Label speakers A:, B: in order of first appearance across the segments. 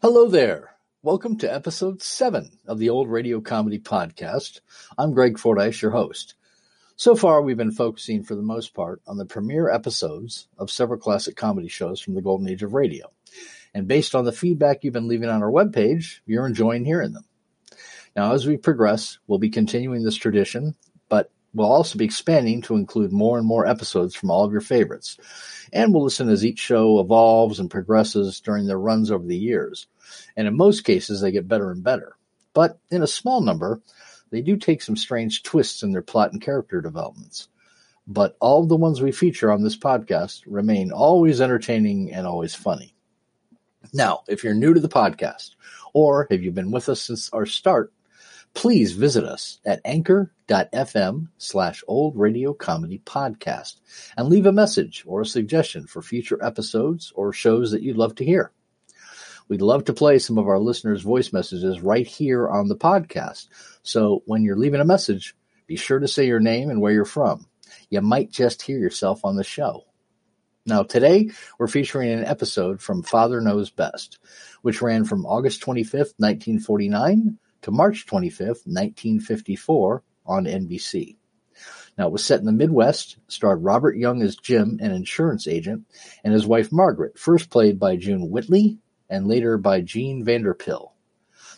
A: Hello there. Welcome to episode seven of the Old Radio Comedy Podcast. I'm Greg Fordyce, your host. So far, we've been focusing for the most part on the premiere episodes of several classic comedy shows from the golden age of radio. And based on the feedback you've been leaving on our webpage, you're enjoying hearing them. Now, as we progress, we'll be continuing this tradition, but we'll also be expanding to include more and more episodes from all of your favorites. And we'll listen as each show evolves and progresses during their runs over the years. And in most cases, they get better and better. But in a small number, they do take some strange twists in their plot and character developments. But all of the ones we feature on this podcast remain always entertaining and always funny. Now, if you're new to the podcast, or have you been with us since our start, please visit us at anchor.fm slash old radio comedy podcast and leave a message or a suggestion for future episodes or shows that you'd love to hear. We'd love to play some of our listeners' voice messages right here on the podcast. So when you're leaving a message, be sure to say your name and where you're from. You might just hear yourself on the show. Now, today we're featuring an episode from Father Knows Best, which ran from August 25th, 1949 to March 25th, 1954 on NBC. Now, it was set in the Midwest, starred Robert Young as Jim, an insurance agent, and his wife Margaret, first played by June Whitley and later by Jean Vanderpill.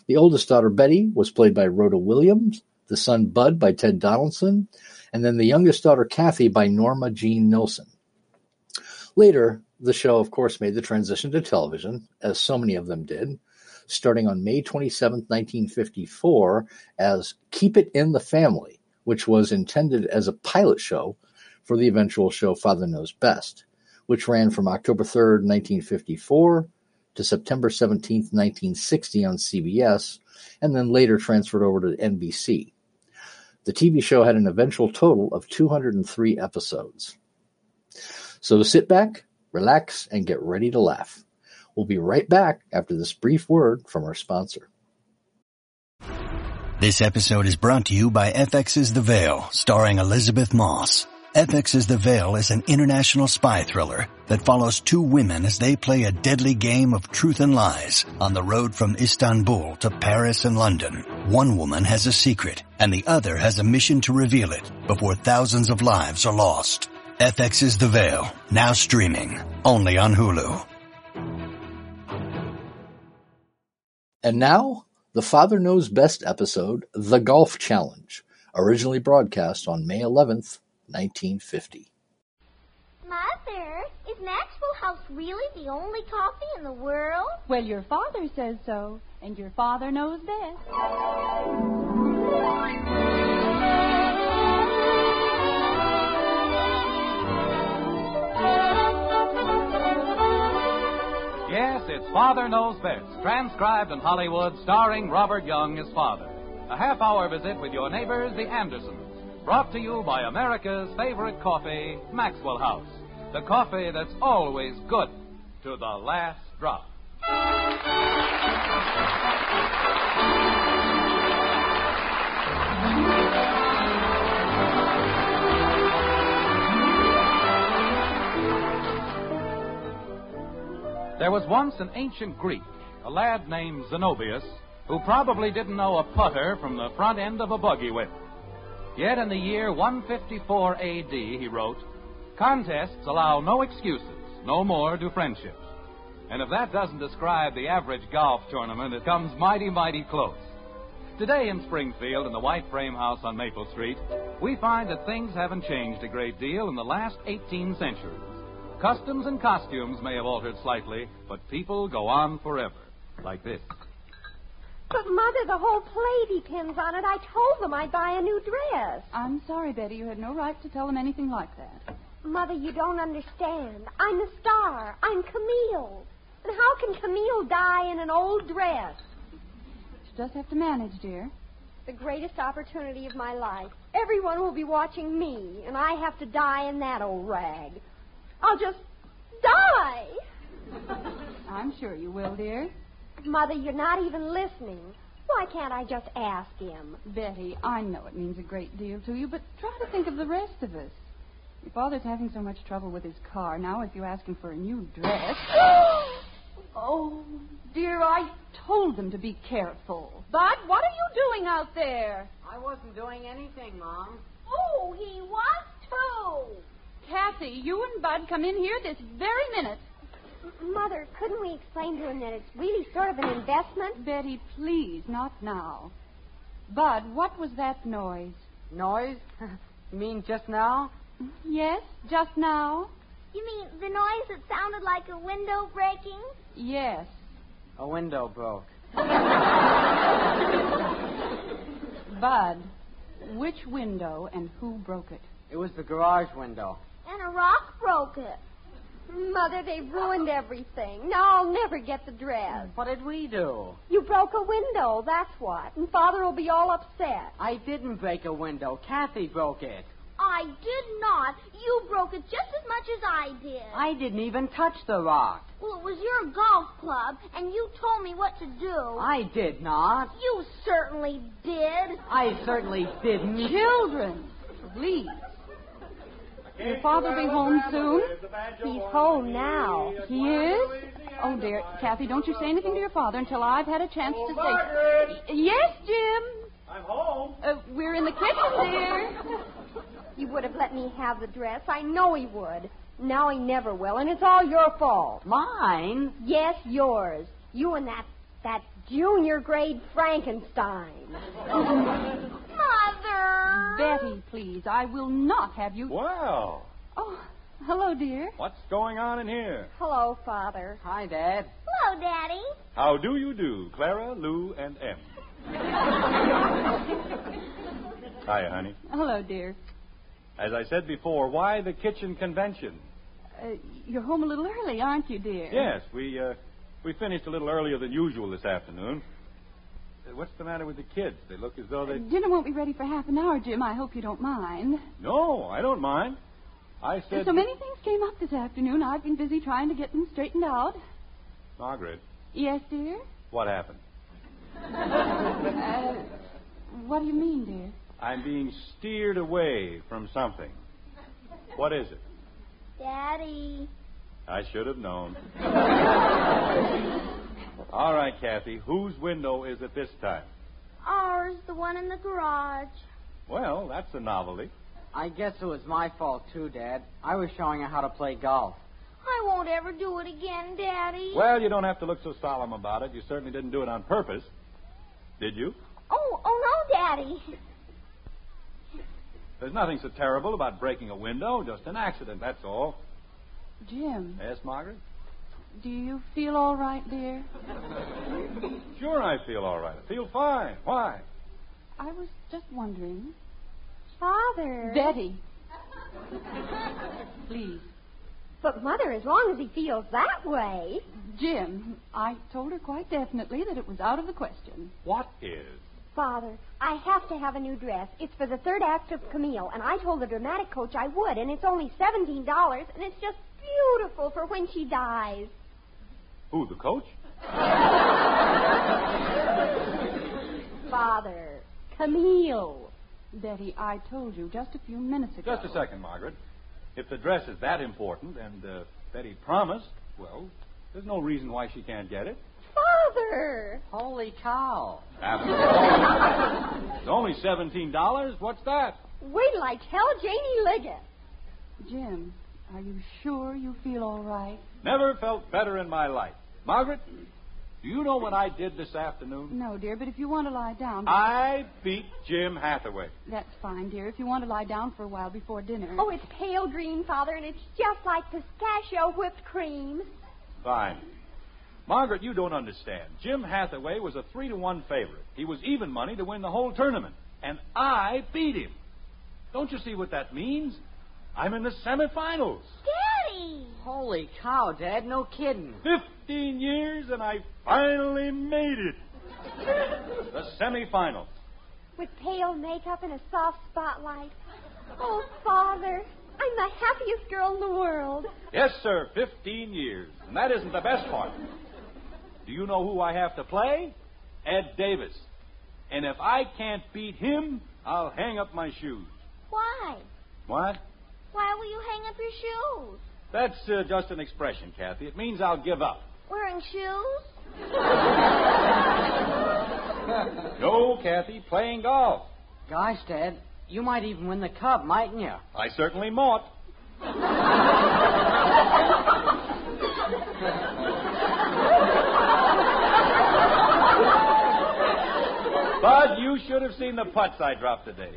A: The oldest daughter Betty was played by Rhoda Williams, the son Bud by Ted Donaldson, and then the youngest daughter Kathy by Norma Jean Nilsson. Later, the show, of course, made the transition to television, as so many of them did, starting on May 27, 1954, as Keep It in the Family, which was intended as a pilot show for the eventual show Father Knows Best, which ran from October 3, 1954 to September 17, 1960 on CBS, and then later transferred over to NBC. The TV show had an eventual total of 203 episodes. So sit back, relax, and get ready to laugh. We'll be right back after this brief word from our sponsor.
B: This episode is brought to you by FX's The Veil, starring Elizabeth Moss. FX's The Veil is an international spy thriller that follows two women as they play a deadly game of truth and lies on the road from Istanbul to Paris and London. One woman has a secret and the other has a mission to reveal it before thousands of lives are lost. FX's The Veil, now streaming, only on Hulu.
A: And now, the Father Knows Best episode, The Golf Challenge, originally broadcast on May 11th, 1950.
C: Mother, is Maxwell House really the only coffee in the world?
D: Well, your father says so, and your father knows best.
E: Yes, it's Father Knows Best, transcribed in Hollywood, starring Robert Young as father. A half hour visit with your neighbors, the Andersons, brought to you by America's favorite coffee, Maxwell House. The coffee that's always good to the last drop. There was once an ancient Greek, a lad named Zenobius, who probably didn't know a putter from the front end of a buggy whip. Yet in the year 154 AD, he wrote, contests allow no excuses, no more do friendships. And if that doesn't describe the average golf tournament, it comes mighty, mighty close. Today in Springfield, in the white frame house on Maple Street, we find that things haven't changed a great deal in the last 18 centuries. Customs and costumes may have altered slightly, but people go on forever. Like this.
C: But, Mother, the whole play depends on it. I told them I'd buy a new dress.
D: I'm sorry, Betty, you had no right to tell him anything like that.
C: Mother, you don't understand. I'm the star. I'm Camille. And how can Camille die in an old dress?
D: You just have to manage, dear.
C: The greatest opportunity of my life. Everyone will be watching me, and I have to die in that old rag. I'll just die.
D: I'm sure you will, dear.
C: Mother, you're not even listening. Why can't I just ask him?
D: Betty, I know it means a great deal to you, but try to think of the rest of us. Your father's having so much trouble with his car. Now, if you ask him for a new dress. Oh, dear, I told them to be careful.
F: Bud, what are you doing out there?
G: I wasn't doing anything, Mom.
C: Oh, he was too.
D: Kathy, you and Bud come in here this very minute.
C: M- Mother, couldn't we explain to him that it's really sort of an investment?
D: Betty, please, not now. Bud, what was that noise?
G: Noise? you mean just now?
D: Yes, just now?
C: You mean the noise that sounded like a window breaking?
D: Yes.
G: A window broke.
D: Bud, which window and who broke it?
G: It was the garage window.
C: And a rock broke it. Mother, they've ruined everything. Now I'll never get the dress.
G: What did we do?
C: You broke a window, that's what. And Father will be all upset.
G: I didn't break a window. Kathy broke it.
C: I did not. You broke it just as much as I did.
G: I didn't even touch the rock.
C: Well, it was your golf club, and you told me what to do.
G: I did not.
C: You certainly did.
G: I certainly didn't.
D: Children, please. Your father will be home soon?
C: He's home now.
D: He is? Oh, dear. Kathy, don't you say anything to your father until I've had a chance to say. Y- Yes, Jim.
H: Oh, I'm home.
D: Uh, we're in the kitchen, dear.
C: He would have let me have the dress. I know he would. Now he never will, and it's all your fault.
G: Mine?
C: Yes, yours. You and that that junior grade Frankenstein. Mother.
D: Betty, please. I will not have you.
H: Wow.
D: Oh, hello, dear.
H: What's going on in here?
C: Hello, Father.
G: Hi, Dad.
C: Hello, Daddy.
H: How do you do, Clara, Lou, and Em? Hiya, honey.
D: Hello, dear.
H: As I said before, why the kitchen convention?
D: Uh, you're home a little early, aren't you, dear?
H: Yes, we uh, we finished a little earlier than usual this afternoon. Uh, What's the matter with the kids? They look as though they.
D: Dinner won't be ready for half an hour, Jim. I hope you don't mind.
H: No, I don't mind. I said.
D: So many things came up this afternoon. I've been busy trying to get them straightened out.
H: Margaret,
D: Yes, dear?
H: what happened?
D: What do you mean, dear?
H: I'm being steered away from something. What is it?
C: Daddy.
H: I should have known. All right, Kathy, whose window is it this time?
C: Ours, the one in the garage.
H: Well, that's a novelty.
G: I guess it was my fault, too, Dad. I was showing her how to play golf.
C: I won't ever do it again, Daddy.
H: Well, you don't have to look so solemn about it. You certainly didn't do it on purpose. Did you?
C: Oh, oh no, Daddy.
H: There's nothing so terrible about breaking a window, just an accident, that's all.
D: Jim,
H: Yes, Margaret?
D: do you feel all right, dear?
H: Sure, I feel all right. I feel fine. Why?
D: I was just wondering.
C: Father.
D: Betty. Please.
C: But, Mother, as long as he feels that way.
D: Jim, I told her quite definitely that it was out of the question.
H: What is?
C: Father, I have to have a new dress. It's for the third act of Camille, and I told the dramatic coach I would, and it's only $17, and it's just beautiful for when she dies.
H: Who, the coach?
C: Father, Camille.
D: Betty, I told you just a few minutes ago.
H: Just a second, Margaret. If the dress is that important and uh, Betty promised, well, there's no reason why she can't get it.
C: Father!
G: Holy cow.
H: Absolutely. it's only seventeen dollars. What's that?
C: Wait till I tell Janie Liggett.
D: Jim, are you sure you feel all right?
H: Never felt better in my life. Margaret, do you know what I did this afternoon?
D: No, dear, but if you want to lie down,
H: I beat Jim Hathaway.
D: that's fine, dear. If you want to lie down for a while before dinner.
C: Oh, it's pale green, Father, and it's just like pistachio whipped cream.
H: Fine. Margaret, you don't understand. Jim Hathaway was a three to one favorite. He was even money to win the whole tournament, and I beat him. Don't you see what that means? I'm in the semifinals.
C: Daddy!
G: Holy cow, Dad. No kidding.
H: Fifteen years, and I finally made it. the semifinals.
C: With pale makeup and a soft spotlight. Oh, Father, I'm the happiest girl in the world.
H: Yes, sir, 15 years. And that isn't the best part. Do you know who I have to play? Ed Davis. And if I can't beat him, I'll hang up my shoes.
C: Why?
H: What?
C: Why will you hang up your shoes?
H: That's uh, just an expression, Kathy. It means I'll give up.
I: Wearing shoes?
H: No, Kathy, playing golf.
G: Gosh, Dad, you might even win the cup, mightn't you?
H: I certainly mought. Bud, you should have seen the putts I dropped today.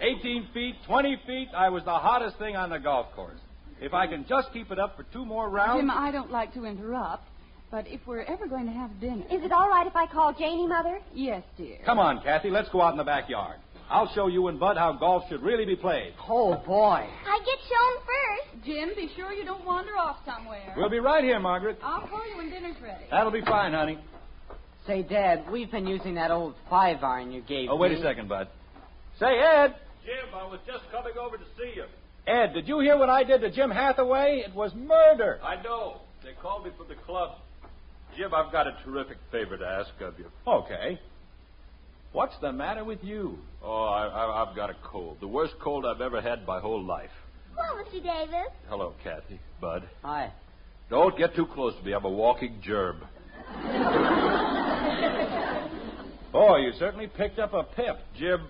H: 18 feet, 20 feet, I was the hottest thing on the golf course. If I can just keep it up for two more rounds.
D: Jim, I don't like to interrupt, but if we're ever going to have dinner.
I: Is it all right if I call Janie, Mother?
D: Yes, dear.
H: Come on, Kathy, let's go out in the backyard. I'll show you and Bud how golf should really be played.
G: Oh, boy.
I: I get shown first.
J: Jim, be sure you don't wander off somewhere.
H: We'll be right here, Margaret.
J: I'll call you when dinner's ready.
H: That'll be fine, honey.
G: Say, Dad, we've been using that old five iron you gave
H: Oh, wait a
G: me.
H: second, Bud. Say, Ed.
K: Jim, I was just coming over to see you.
H: Ed, did you hear what I did to Jim Hathaway? It was murder.
K: I know. They called me from the club. Jim, I've got a terrific favor to ask of you.
H: Okay. What's the matter with you?
K: Oh, I, I, I've got a cold. The worst cold I've ever had my whole life.
I: Well, Mr. Davis.
K: Hello, Kathy. Bud.
G: Hi.
K: Don't get too close to me. I'm a walking germ.
H: Boy, you certainly picked up a pip.
K: Jim,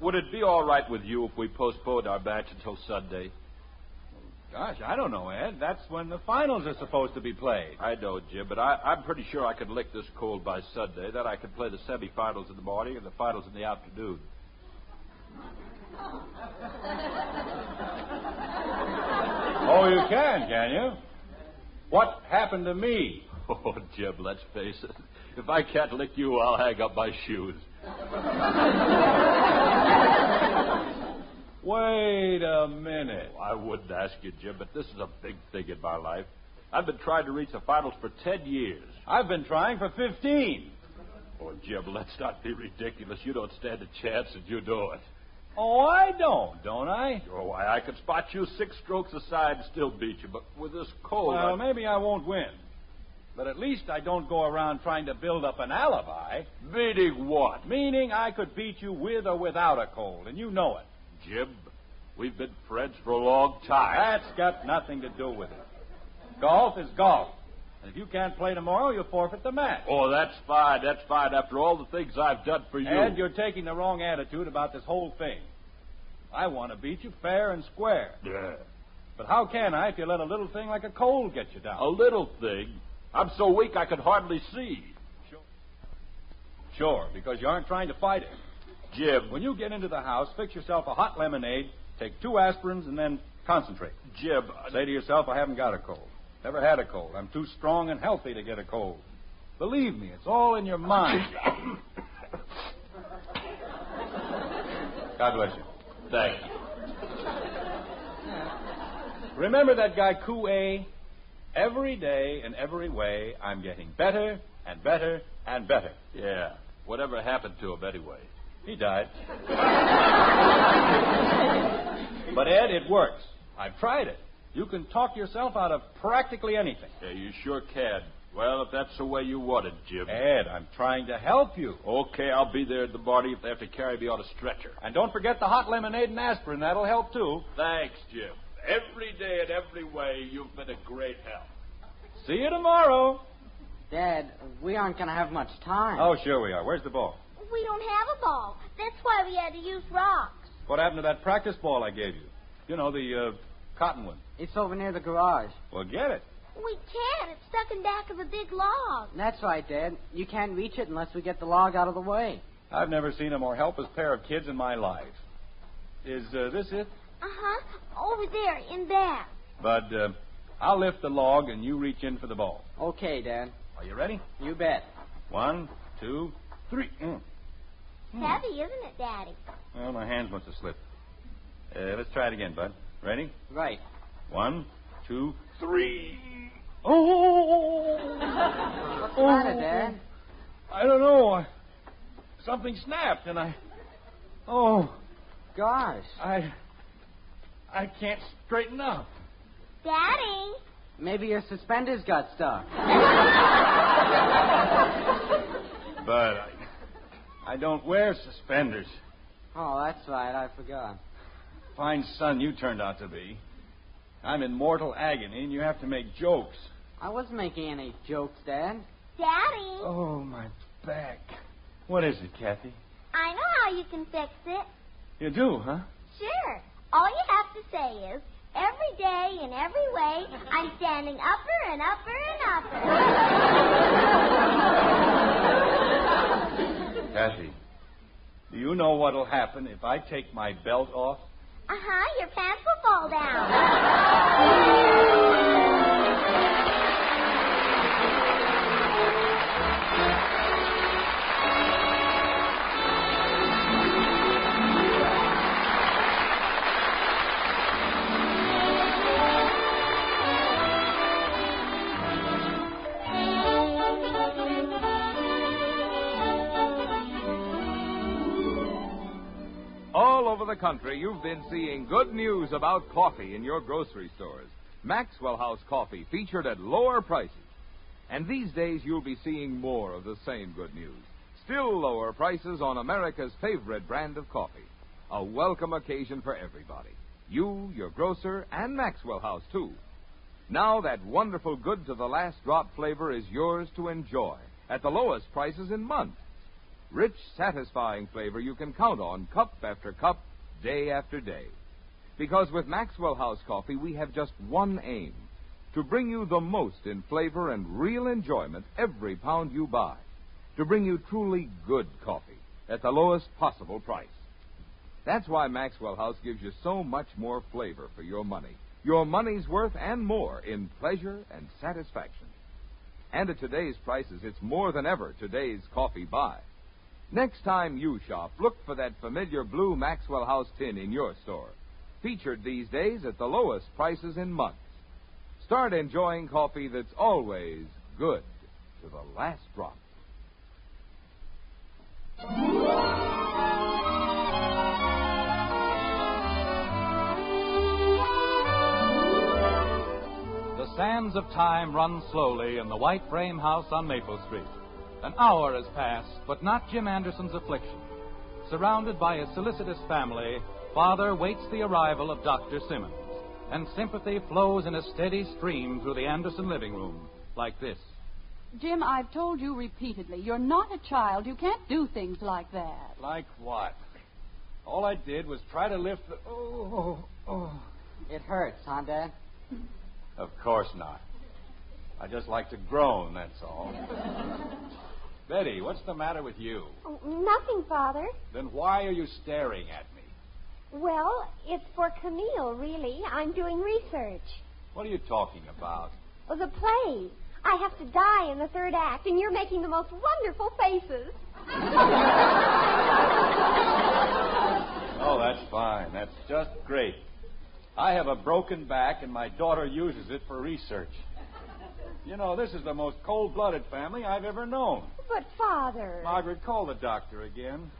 K: would it be all right with you if we postponed our match until Sunday?
H: Gosh, I don't know, Ed. That's when the finals are supposed to be played.
K: I know, Jim, but I, I'm pretty sure I could lick this cold by Sunday. Then I can play the semifinals in the morning and the finals in the afternoon.
H: Oh, you can, can you? What happened to me?
K: Oh, Jim, let's face it. If I can't lick you, I'll hang up my shoes.
H: Wait a minute.
K: I wouldn't ask you, Jim, but this is a big thing in my life. I've been trying to reach the finals for ten years.
H: I've been trying for 15.
K: Oh, Jim, let's not be ridiculous. You don't stand a chance, and you know it.
H: Oh, I don't, don't I?
K: Oh, why, I could spot you six strokes aside and still beat you, but with this cold. I-
H: Well, maybe I won't win. But at least I don't go around trying to build up an alibi,
K: Meaning what?
H: meaning I could beat you with or without a cold, and you know it.
K: Jim, we've been friends for a long time.
H: That's got nothing to do with it. Golf is golf. And if you can't play tomorrow, you forfeit the match.
K: Oh, that's fine. That's fine. After all the things I've done for you.
H: And you're taking the wrong attitude about this whole thing. I want to beat you fair and square.
K: Yeah.
H: But how can I if you let a little thing like a cold get you down?
K: A little thing. I'm so weak I can hardly see.
H: Sure, because you aren't trying to fight it.
K: Jim,
H: When you get into the house, fix yourself a hot lemonade, take two aspirins, and then concentrate.
K: Jim,
H: Say to yourself, I haven't got a cold. Never had a cold. I'm too strong and healthy to get a cold. Believe me, it's all in your mind. God bless you.
K: thank you.
H: Remember that guy Ku A? Every day and every way, I'm getting better and better and better.
K: Yeah. Whatever happened to him anyway?
H: He died. but, Ed, it works. I've tried it. You can talk yourself out of practically anything.
K: Yeah, you sure can. Well, if that's the way you want it, Jim.
H: Ed, I'm trying to help you.
K: Okay, I'll be there in the morning if they have to carry me on a stretcher.
H: And don't forget the hot lemonade and aspirin. That'll help, too.
K: Thanks, Jim. Every day and every way, you've been a great help.
H: See you tomorrow.
G: Dad, we aren't going to have much time.
H: Oh, sure we are. Where's the ball?
I: We don't have a ball. That's why we had to use rocks.
H: What happened to that practice ball I gave you? You know, the uh, cotton one.
G: It's over near the garage.
H: Well, get it.
I: We can't. It's stuck in back of a big log.
G: That's right, Dad. You can't reach it unless we get the log out of the way.
H: I've never seen a more helpless pair of kids in my life. Is uh, this it?
I: Uh huh. Over there, in back.
H: Bud, uh, I'll lift the log and you reach in for the ball.
G: Okay, Dad.
H: Are you ready?
G: You bet.
H: One, two, three. Mm.
I: Heavy, isn't it, Daddy?
H: Well, my hands must have slipped. Uh, let's try it again, Bud. Ready?
G: Right.
H: One, two,
K: Three.
H: Oh!
G: What's the matter, Dad?
H: I don't know. I- Something snapped, and I. Oh,
G: Gosh.
H: I. I can't straighten up.
I: Daddy?
G: Maybe your suspenders got stuck.
H: But I. I don't wear suspenders.
G: Oh, that's right. I forgot.
H: Fine son you turned out to be. I'm in mortal agony, and you have to make jokes.
G: I wasn't making any jokes, Dad.
I: Daddy,
K: Oh, my back. What is it, Kathy?
I: I know how you can fix it.
K: You do, huh?
I: Sure. All you have to say is, every day in every way, I'm standing upper and upper and upper.
K: Kathy, do you know what'll happen if I take my belt off?
I: uh huh, your pants will fall down.
L: All over the country, you've been seeing good news about coffee in your grocery stores. Maxwell House coffee featured at lower prices. And these days, you'll be seeing more of the same good news. Still lower prices on America's favorite brand of coffee. A welcome occasion for everybody. You, your grocer, and Maxwell House, too. Now that wonderful good to the last drop flavor is yours to enjoy at the lowest prices in months. Rich, satisfying flavor you can count on cup after cup, day after day. Because with Maxwell House coffee, we have just one aim to bring you the most in flavor and real enjoyment every pound you buy. To bring you truly good coffee at the lowest possible price. That's why Maxwell House gives you so much more flavor for your money, your money's worth and more in pleasure and satisfaction. And at today's prices, it's more than ever today's coffee buy. Next time you shop, look for that familiar blue Maxwell House tin in your store. Featured these days at the lowest prices in months. Start enjoying coffee that's always good to the last drop.
E: The sands of time run slowly in the white frame house on Maple Street. An hour has passed, but not Jim Anderson's affliction. Surrounded by a solicitous family, father waits the arrival of Dr. Simmons, and sympathy flows in a steady stream through the Anderson living room, like this.
D: Jim, I've told you repeatedly, you're not a child. You can't do things like that.
K: Like what? All I did was try to lift the. Oh, oh, oh.
G: It hurts, huh, Dad?
H: Of course not. I just like to groan, that's all. Betty, what's the matter with you?
C: Oh, nothing, Father.
H: Then why are you staring at me?
C: Well, it's for Camille, really. I'm doing research.
H: What are you talking about?
C: Well, the play. I have to die in the third act, and you're making the most wonderful faces.
H: Oh, that's fine. That's just great. I have a broken back, and my daughter uses it for research. You know, this is the most cold blooded family I've ever known.
C: But, Father.
H: Margaret, call the doctor again.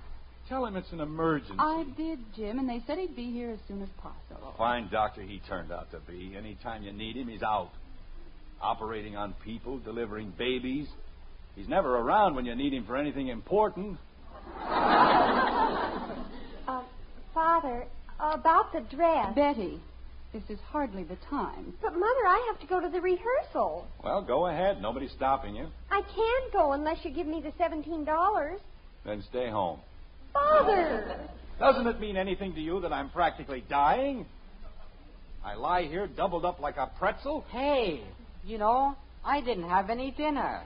H: Tell him it's an emergency.
D: I did, Jim, and they said he'd be here as soon as possible.
H: Fine doctor he turned out to be. Anytime you need him, he's out. Operating on people, delivering babies. He's never around when you need him for anything important.
C: Uh, Father, about the dress.
D: Betty, this is hardly the time.
C: But, Mother, I have to go to the rehearsal.
H: Well, go ahead. Nobody's stopping you.
C: I can't go unless you give me the $17.
H: Then stay home.
C: Father!
H: Doesn't it mean anything to you that I'm practically dying? I lie here doubled up like a pretzel?
G: Hey, you know, I didn't have any dinner.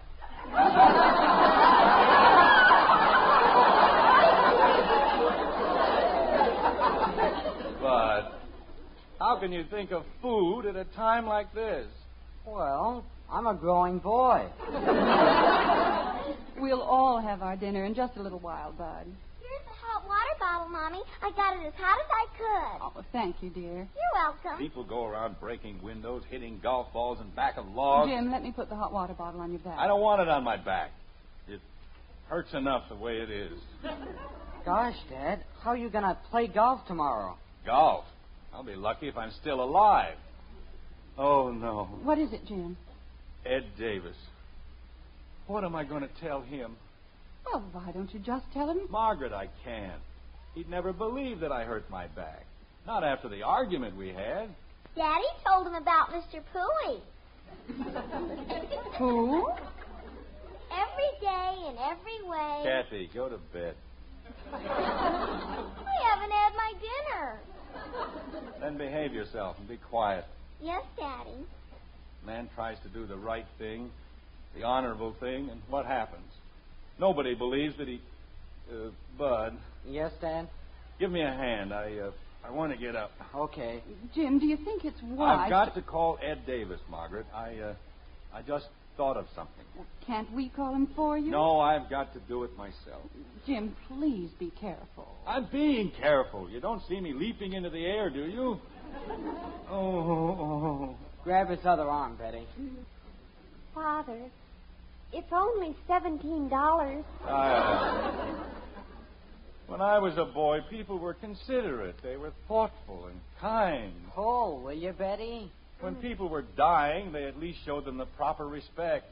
H: But how can you think of food at a time like this?
G: Well, I'm a growing boy.
D: We'll all have our dinner in just a little while, Bud.
I: Here's the hot water bottle, Mommy. I got it as hot as I could.
D: Oh, thank you, dear.
I: You're welcome.
H: People go around breaking windows, hitting golf balls and back of logs.
D: Jim, let me put the hot water bottle on your back.
H: Uh, I don't want it on my back. It hurts enough the way it is.
G: Gosh, Dad, how are you going to play golf tomorrow?
H: Golf. I'll be lucky if I'm still alive. Oh, no.
D: What is it, Jim?
H: Ed Davis. What am I going to tell him?
D: Well, why don't you just tell him?
H: Margaret, I can't. He'd never believe that I hurt my back. Not after the argument we had.
I: Daddy told him about Mr. Pooey.
D: Who?
I: Every day and every way.
H: Kathy, go to bed.
I: I haven't had my dinner.
H: Then behave yourself and be quiet.
I: Yes, Daddy.
H: Man tries to do the right thing, the honorable thing, and what happens? Nobody believes that he. Uh, Bud.
G: Yes, Dan?
H: Give me a hand. I uh, I want to get up.
G: Okay.
D: Jim, do you think it's wise?
H: I've got to call Ed Davis, Margaret. I uh, I just thought of something.
D: Can't we call him for you?
H: No, I've got to do it myself.
D: Jim, please be careful.
H: I'm being careful. You don't see me leaping into the air, do you? Oh, oh, oh.
G: Grab his other arm, Betty.
C: Father, it's only seventeen dollars.
H: I, when I was a boy, people were considerate. They were thoughtful and kind.
G: Pull, Oh, will you, Betty?
H: When people were dying, they at least showed them the proper respect.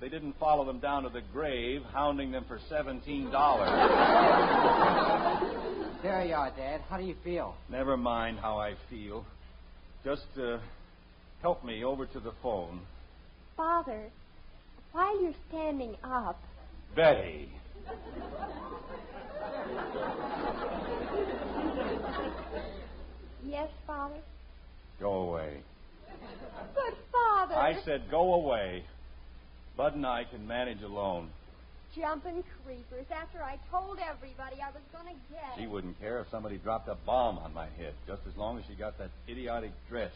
H: They didn't follow them down to the grave, hounding them for seventeen dollars.
G: There you are, Dad. How do you feel?
H: Never mind how I feel. Just uh, help me over to the phone.
C: Father, while you're standing up,
H: Betty.
C: yes, Father.
H: Go away.
C: But Father,
H: I said go away. Bud and I can manage alone.
C: jumping creepers. After I told everybody I was going to get
H: She
C: it.
H: wouldn't care if somebody dropped a bomb on my head, just as long as she got that idiotic dress.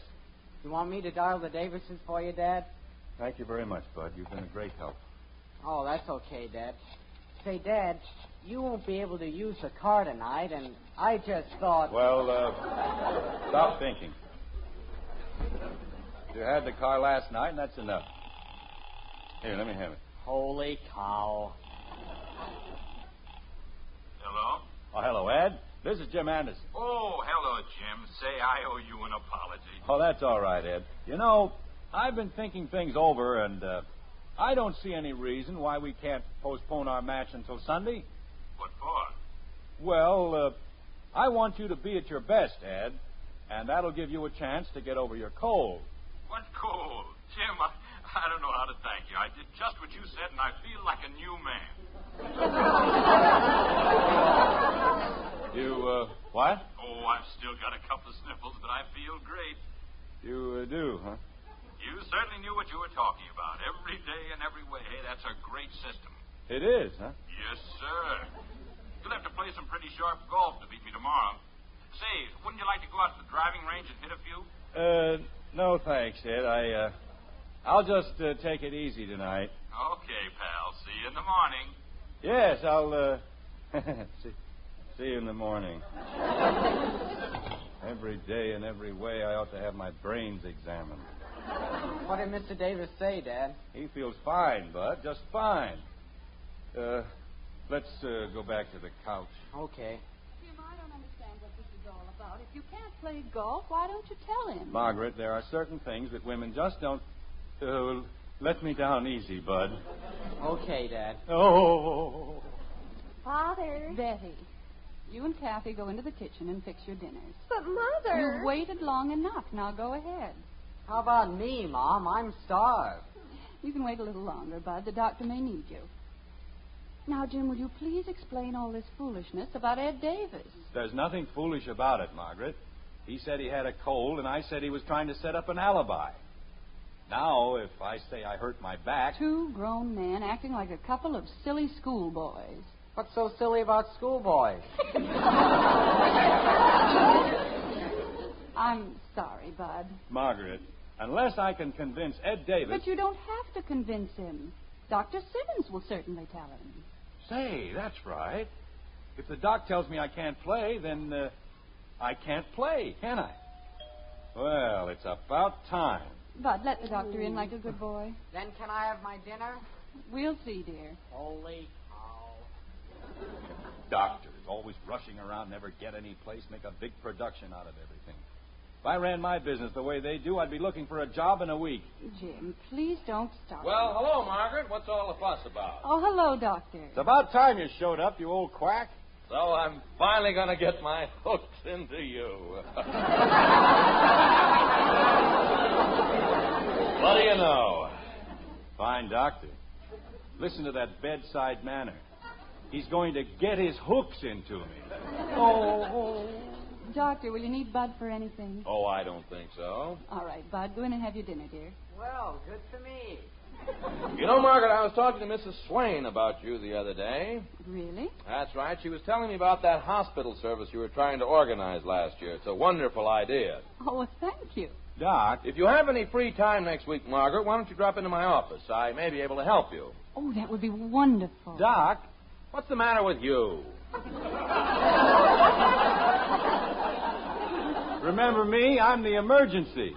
G: You want me to dial the Davises for you, Dad?
H: Thank you very much, Bud. You've been a great help.
G: Oh, that's okay, Dad. Say, Dad, you won't be able to use the car tonight, and I just thought.
H: Well, uh, stop thinking. You had the car last night, and that's enough. Here, let me have it.
G: Holy cow.
M: Hello?
H: Oh, hello, Ed. This is Jim Anderson.
M: Oh, hello, Jim. Say I owe you an apology.
H: Oh, that's all right, Ed. You know, I've been thinking things over, and uh, I don't see any reason why we can't postpone our match until Sunday.
M: What for?
H: Well, uh, I want you to be at your best, Ed, and that'll give you a chance to get over your cold.
M: What cool. Jim, I, I don't know how to thank you. I did just what you said, and I feel like a new man.
H: You, uh, what?
M: Oh, I've still got a couple of sniffles, but I feel great.
H: You uh, do, huh?
M: You certainly knew what you were talking about. Every day and every way. Hey, that's a great system.
H: It is, huh?
M: Yes, sir. You'll have to play some pretty sharp golf to beat me tomorrow. Say, wouldn't you like to go out to the driving range and hit a few?
H: Uh, no thanks, Ed. I, uh, I'll just uh, take it easy tonight.
M: Okay, pal. See you in the morning.
H: Yes, I'll, uh, see, see you in the morning. Every day and every way, I ought to have my brains examined.
G: What did Mr. Davis say, Dad?
H: He feels fine, Bud, just fine. Uh, let's uh, go back to the couch.
G: Okay.
D: Jim, I don't understand what this is all about. If you can't play golf, why don't you tell him?
H: Margaret, there are certain things that women just don't. Uh, let me down easy, Bud.
G: Okay, Dad.
H: Oh.
C: Father.
D: Betty, you and Kathy go into the kitchen and fix your dinners.
C: But Mother.
D: You waited long enough. Now go ahead.
G: How about me, Mom? I'm starved.
D: You can wait a little longer, Bud. The doctor may need you. Now, Jim, will you please explain all this foolishness about Ed Davis?
H: There's nothing foolish about it, Margaret. He said he had a cold, and I said he was trying to set up an alibi. Now, if I say I hurt my back,
D: Two grown men acting like a couple of silly schoolboys.
G: What's so silly about schoolboys?
D: I'm sorry, Bud.
H: Margaret, unless I can convince Ed Davis.
D: But you don't have to convince him. Dr. Simmons will certainly tell him.
H: Say, that's right. If the doc tells me I can't play, then uh, I can't play, can I? Well, it's about time.
D: Bud, let the doctor in like a good boy.
G: Then can I have my dinner?
D: We'll see, dear.
G: Holy cow.
H: Doctors always rushing around, never get any place, make a big production out of everything. If I ran my business the way they do, I'd be looking for a job in a week.
D: Jim, please don't stop.
M: Well, hello, Margaret. What's all the fuss about?
D: Oh, hello, Doctor.
H: It's about time you showed up, you old quack.
M: So I'm finally going to get my hooks into you. what do you
H: fine doctor. Listen to that bedside manner. He's going to get his hooks into me.
D: Oh. Doctor, will you need Bud for anything?
H: Oh, I don't think so.
D: All right, Bud, go in and have your dinner, dear.
G: Well, good for me.
N: You know, Margaret, I was talking to Mrs. Swain about you the other day.
D: Really?
N: That's right. She was telling me about that hospital service you were trying to organize last year. It's a wonderful idea.
D: Oh, well, thank you.
N: Doc? If you have any free time next week, Margaret, why don't you drop into my office? I may be able to help you.
D: Oh, that would be wonderful.
N: Doc? What's the matter with you?
H: Remember me? I'm the emergency.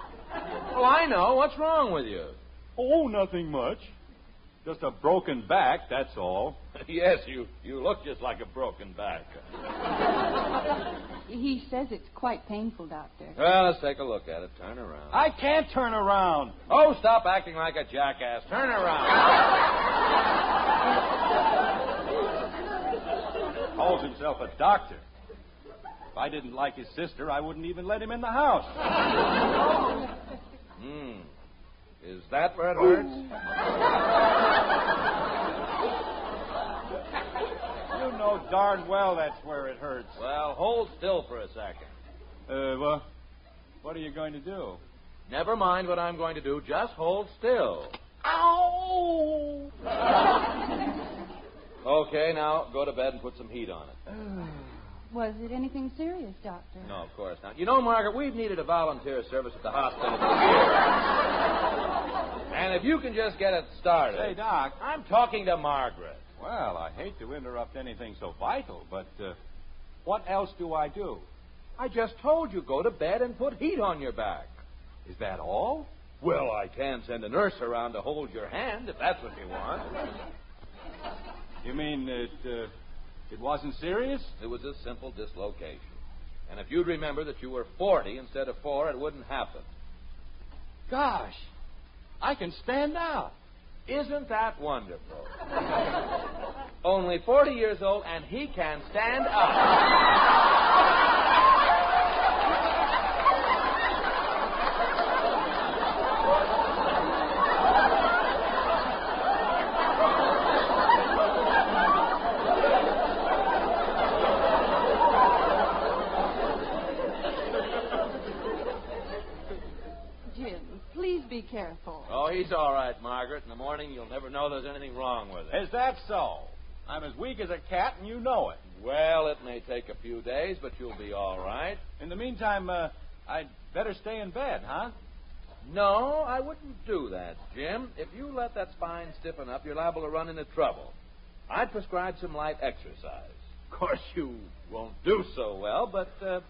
N: Oh, I know. What's wrong with you?
H: Oh, nothing much. Just a broken back, that's all.
N: yes, you, you look just like a broken back.
D: He says it's quite painful, Doctor.
N: Well, let's take a look at it. Turn around.
H: I can't turn around.
N: Oh, stop acting like a jackass. Turn around.
H: Calls himself a doctor. If I didn't like his sister, I wouldn't even let him in the house.
N: Hmm. Is that where it hurts?
H: you know darn well that's where it hurts.
N: Well, hold still for a second.
H: Uh, well, what are you going to do?
N: Never mind what I'm going to do. Just hold still.
H: Ow!
N: okay, now go to bed and put some heat on it.
D: Was it anything serious, Doctor?
N: No, of course not. You know, Margaret, we've needed a volunteer service at the hospital for years. and if you can just get it started.
H: Hey, Doc.
N: I'm talking to Margaret.
H: Well, I hate to interrupt anything so vital, but uh, what else do I do?
N: I just told you go to bed and put heat on your back.
H: Is that all?
N: Well, I can send a nurse around to hold your hand if that's what you want.
H: You mean it? Uh... It wasn't serious?
N: It was a simple dislocation. And if you'd remember that you were 40 instead of 4, it wouldn't happen.
H: Gosh, I can stand now.
N: Isn't that wonderful? Only 40 years old, and he can stand up.
D: be careful.
N: Oh, he's all right, Margaret. In the morning, you'll never know there's anything wrong with him.
H: Is that so? I'm as weak as a cat, and you know it.
N: Well, it may take a few days, but you'll be all right.
H: In the meantime, uh, I'd better stay in bed, huh?
N: No, I wouldn't do that, Jim. If you let that spine stiffen up, you're liable to run into trouble. I'd prescribe some light exercise. Of course, you won't do so well, but uh,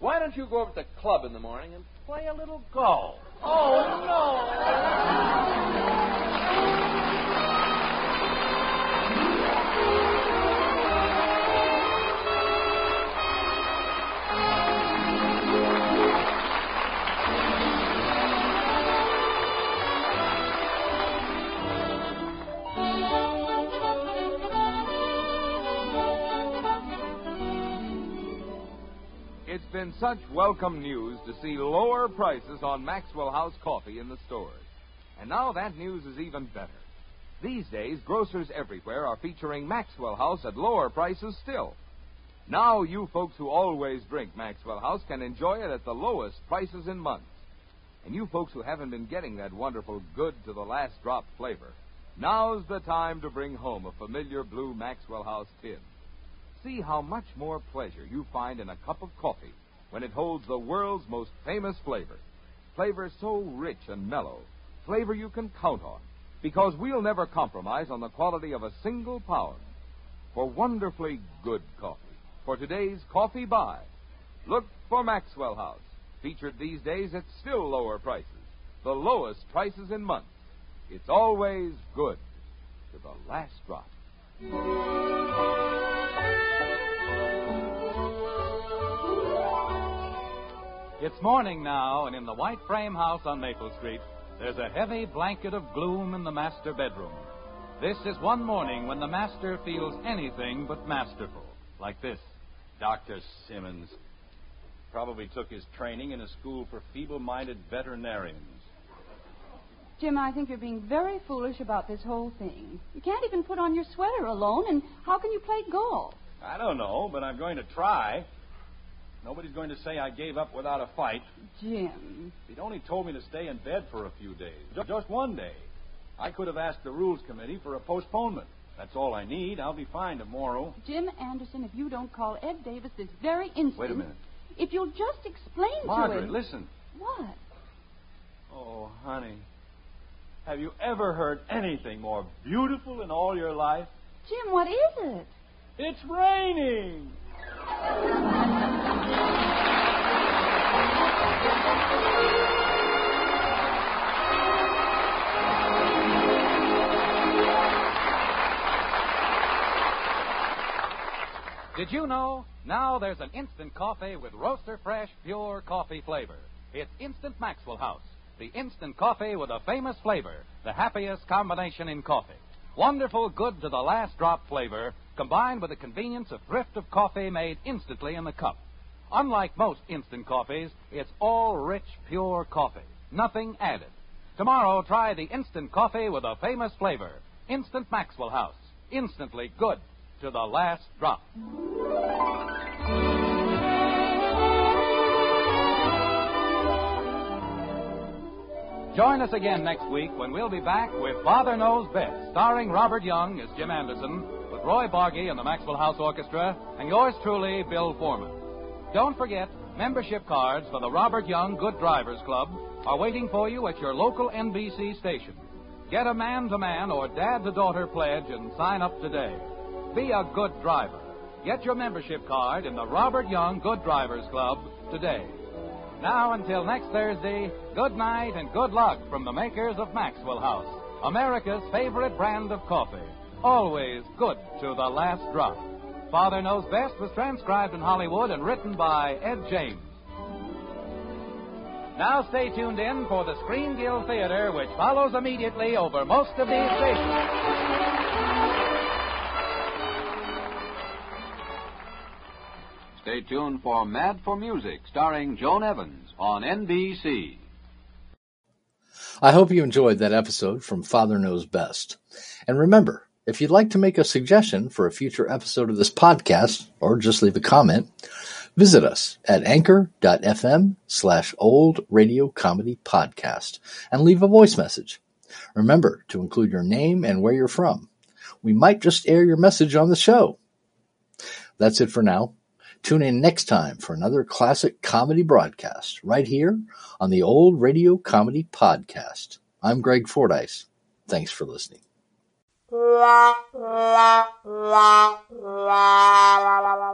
N: why don't you go over to the club in the morning and play a little golf?
H: Oh, no.
L: It's been such welcome news to see lower prices on Maxwell House coffee in the stores. And now that news is even better. These days, grocers everywhere are featuring Maxwell House at lower prices still. Now, you folks who always drink Maxwell House can enjoy it at the lowest prices in months. And you folks who haven't been getting that wonderful good to the last drop flavor, now's the time to bring home a familiar blue Maxwell House tin see how much more pleasure you find in a cup of coffee when it holds the world's most famous flavor. Flavor so rich and mellow, flavor you can count on, because we'll never compromise on the quality of a single pound. For wonderfully good coffee, for today's coffee buy, look for Maxwell House, featured these days at still lower prices, the lowest prices in months. It's always good to the last drop.
E: It's morning now, and in the white frame house on Maple Street, there's a heavy blanket of gloom in the master bedroom. This is one morning when the master feels anything but masterful, like this.
H: Dr. Simmons probably took his training in a school for feeble minded veterinarians.
D: Jim, I think you're being very foolish about this whole thing. You can't even put on your sweater alone, and how can you play golf?
H: I don't know, but I'm going to try. Nobody's going to say I gave up without a fight.
D: Jim.
H: He'd only told me to stay in bed for a few days, ju- just one day. I could have asked the rules committee for a postponement. That's all I need. I'll be fine tomorrow.
D: Jim Anderson, if you don't call Ed Davis this very instant.
H: Wait a minute.
D: If you'll just explain to
H: Margaret,
D: him.
H: listen.
D: What?
H: Oh, honey. Have you ever heard anything more beautiful in all your life?
D: Jim, what is it?
H: It's raining.
E: Did you know? Now there's an instant coffee with roaster fresh, pure coffee flavor. It's Instant Maxwell House, the instant coffee with a famous flavor, the happiest combination in coffee. Wonderful, good to the last drop flavor, combined with the convenience of thrift of coffee made instantly in the cup. Unlike most instant coffees, it's all rich, pure coffee, nothing added. Tomorrow, try the instant coffee with a famous flavor, Instant Maxwell House. Instantly good to the last drop. Join us again next week when we'll be back with Father Knows Best, starring Robert Young as Jim Anderson, with Roy Bargy and the Maxwell House Orchestra, and yours truly, Bill Foreman. Don't forget, membership cards for the Robert Young Good Drivers Club are waiting for you at your local NBC station. Get a man to man or dad to daughter pledge and sign up today. Be a good driver. Get your membership card in the Robert Young Good Drivers Club today. Now, until next Thursday, good night and good luck from the makers of Maxwell House, America's favorite brand of coffee. Always good to the last drop. Father Knows Best was transcribed in Hollywood and written by Ed James. Now stay tuned in for the Screen Guild Theater, which follows immediately over most of these stations.
K: Stay tuned for Mad for Music, starring Joan Evans on NBC.
A: I hope you enjoyed that episode from Father Knows Best. And remember, if you'd like to make a suggestion for a future episode of this podcast, or just leave a comment, visit us at anchor.fm slash old radio comedy podcast and leave a voice message. Remember to include your name and where you're from. We might just air your message on the show. That's it for now. Tune in next time for another classic comedy broadcast right here on the Old Radio Comedy Podcast. I'm Greg Fordyce. Thanks for listening.
I: La la la la la la la la la